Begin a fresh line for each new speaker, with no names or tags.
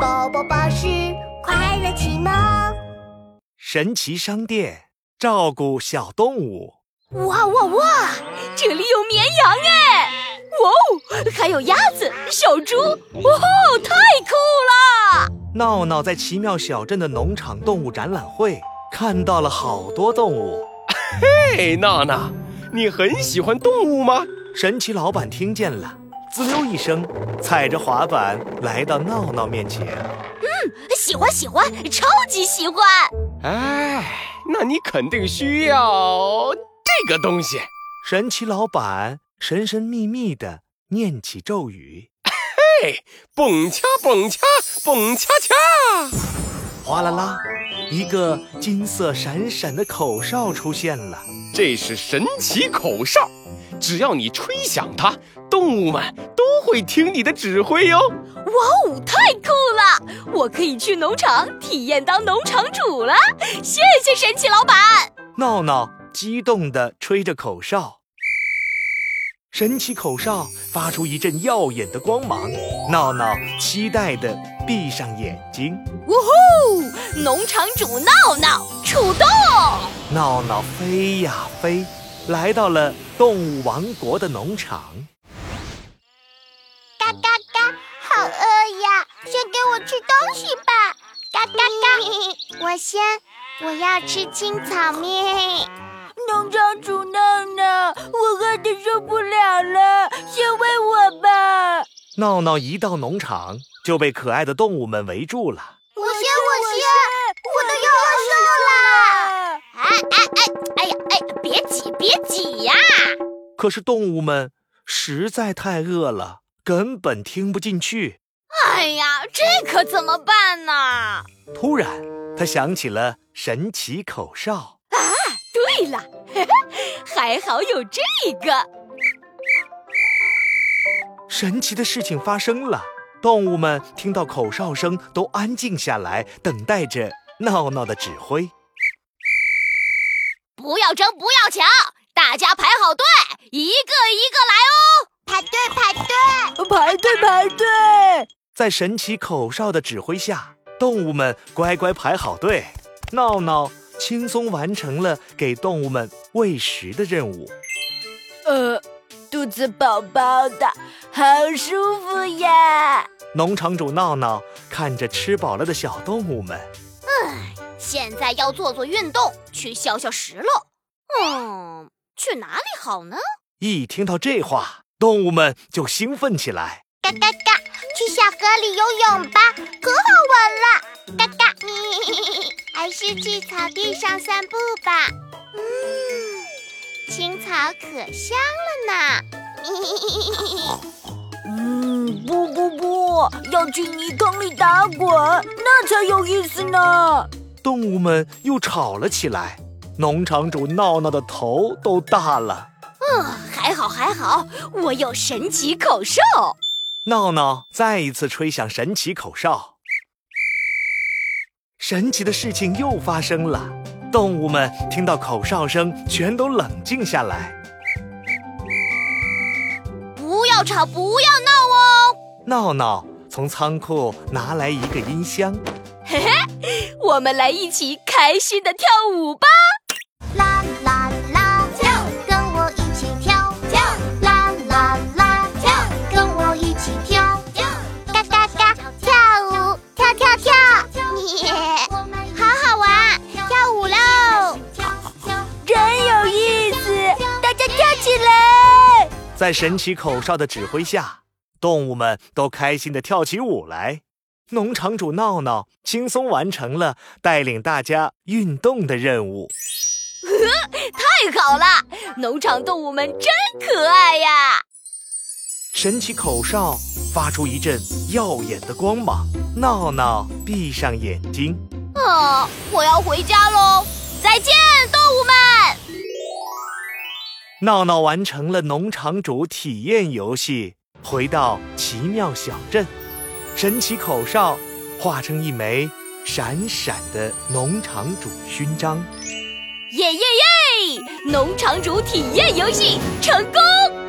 宝宝巴士快乐启蒙。
神奇商店照顾小动物。
哇哇哇！这里有绵羊哎，哇哦，还有鸭子、小猪，哇哦，太酷了！
闹闹在奇妙小镇的农场动物展览会看到了好多动物。
嘿，哎娜娜，你很喜欢动物吗？
神奇老板听见了，滋溜一声，踩着滑板来到闹闹面前。
喜欢喜欢，超级喜欢！
哎，那你肯定需要这个东西。
神奇老板神神秘秘地念起咒语，
嘿，蹦恰蹦恰蹦恰恰！
哗啦啦，一个金色闪闪的口哨出现了。
这是神奇口哨，只要你吹响它，动物们都会听你的指挥哟。
哇哦，太酷了！我可以去农场体验当农场主了，谢谢神奇老板！
闹闹激动地吹着口哨，神奇口哨发出一阵耀眼的光芒，闹闹期待地闭上眼睛。
呜呼，哦农场主闹闹出动！
闹闹飞呀飞，来到了动物王国的农场。
嘎嘎嘎，好饿呀！先给我吃东西吧。嘎嘎 嘎，我先，我要吃青草面。
农场主闹闹，我饿得受不了了，先喂我吧。
闹闹一到农场就被可爱的动物们围住了。
我先，我先，我都要饿瘦了。
哎哎哎，哎呀哎，别挤别挤呀、
可是动物们实在太饿了，根本听不进去。
哎呀，这可怎么办呢？
突然，他想起了神奇口哨。
对了， 还好有这个。
神奇的事情发生了，动物们听到口哨声都安静下来，等待着闹闹的指挥。
不要争，不要抢，大家排好队，一个一个来哦。
排队排队，
排队排队，
在神奇口哨的指挥下，动物们乖乖排好队。闹闹轻松完成了给动物们喂食的任务。
呃，肚子饱饱的，好舒服呀！
农场主闹闹看着吃饱了的小动物们，
现在要做做运动，去消消食了。嗯，去哪里好呢？
一听到这话，动物们就兴奋起来。
嘎嘎嘎，去小河里游泳吧，可好玩了。嘎嘎， 还是去草地上散步吧。嗯，青草可香了呢。
嗯，不不不，要去泥坑里打滚，那才有意思呢。
动物们又吵了起来，农场主闹闹的头都大了。
嗯，还好还好，我有神奇口哨。
闹闹再一次吹响神奇口哨，神奇的事情又发生了。动物们听到口哨声，全都冷静下来。
不要吵，不要闹哦。
闹闹从仓库拿来一个音箱，
我们来一起开心的跳舞吧。
啦啦啦跳，跟我一起跳跳，啦啦啦跳，跟我一起跳跳，嘎嘎嘎跳舞跳跳跳， 好好玩，跳舞喽！
真有意思，大家跳起来！
在神奇口哨的指挥下，动物们都开心地跳起舞来。农场主闹闹轻松完成了带领大家运动的任务。
太好了，农场动物们真可爱呀！
神奇口哨发出一阵耀眼的光芒，闹闹闭上眼睛。
嗯，我要回家喽，再见，动物们。
闹闹完成了农场主体验游戏，回到奇妙小镇，神奇口哨化成一枚闪闪的农场主勋章。
耶耶耶！农场主体验游戏成功。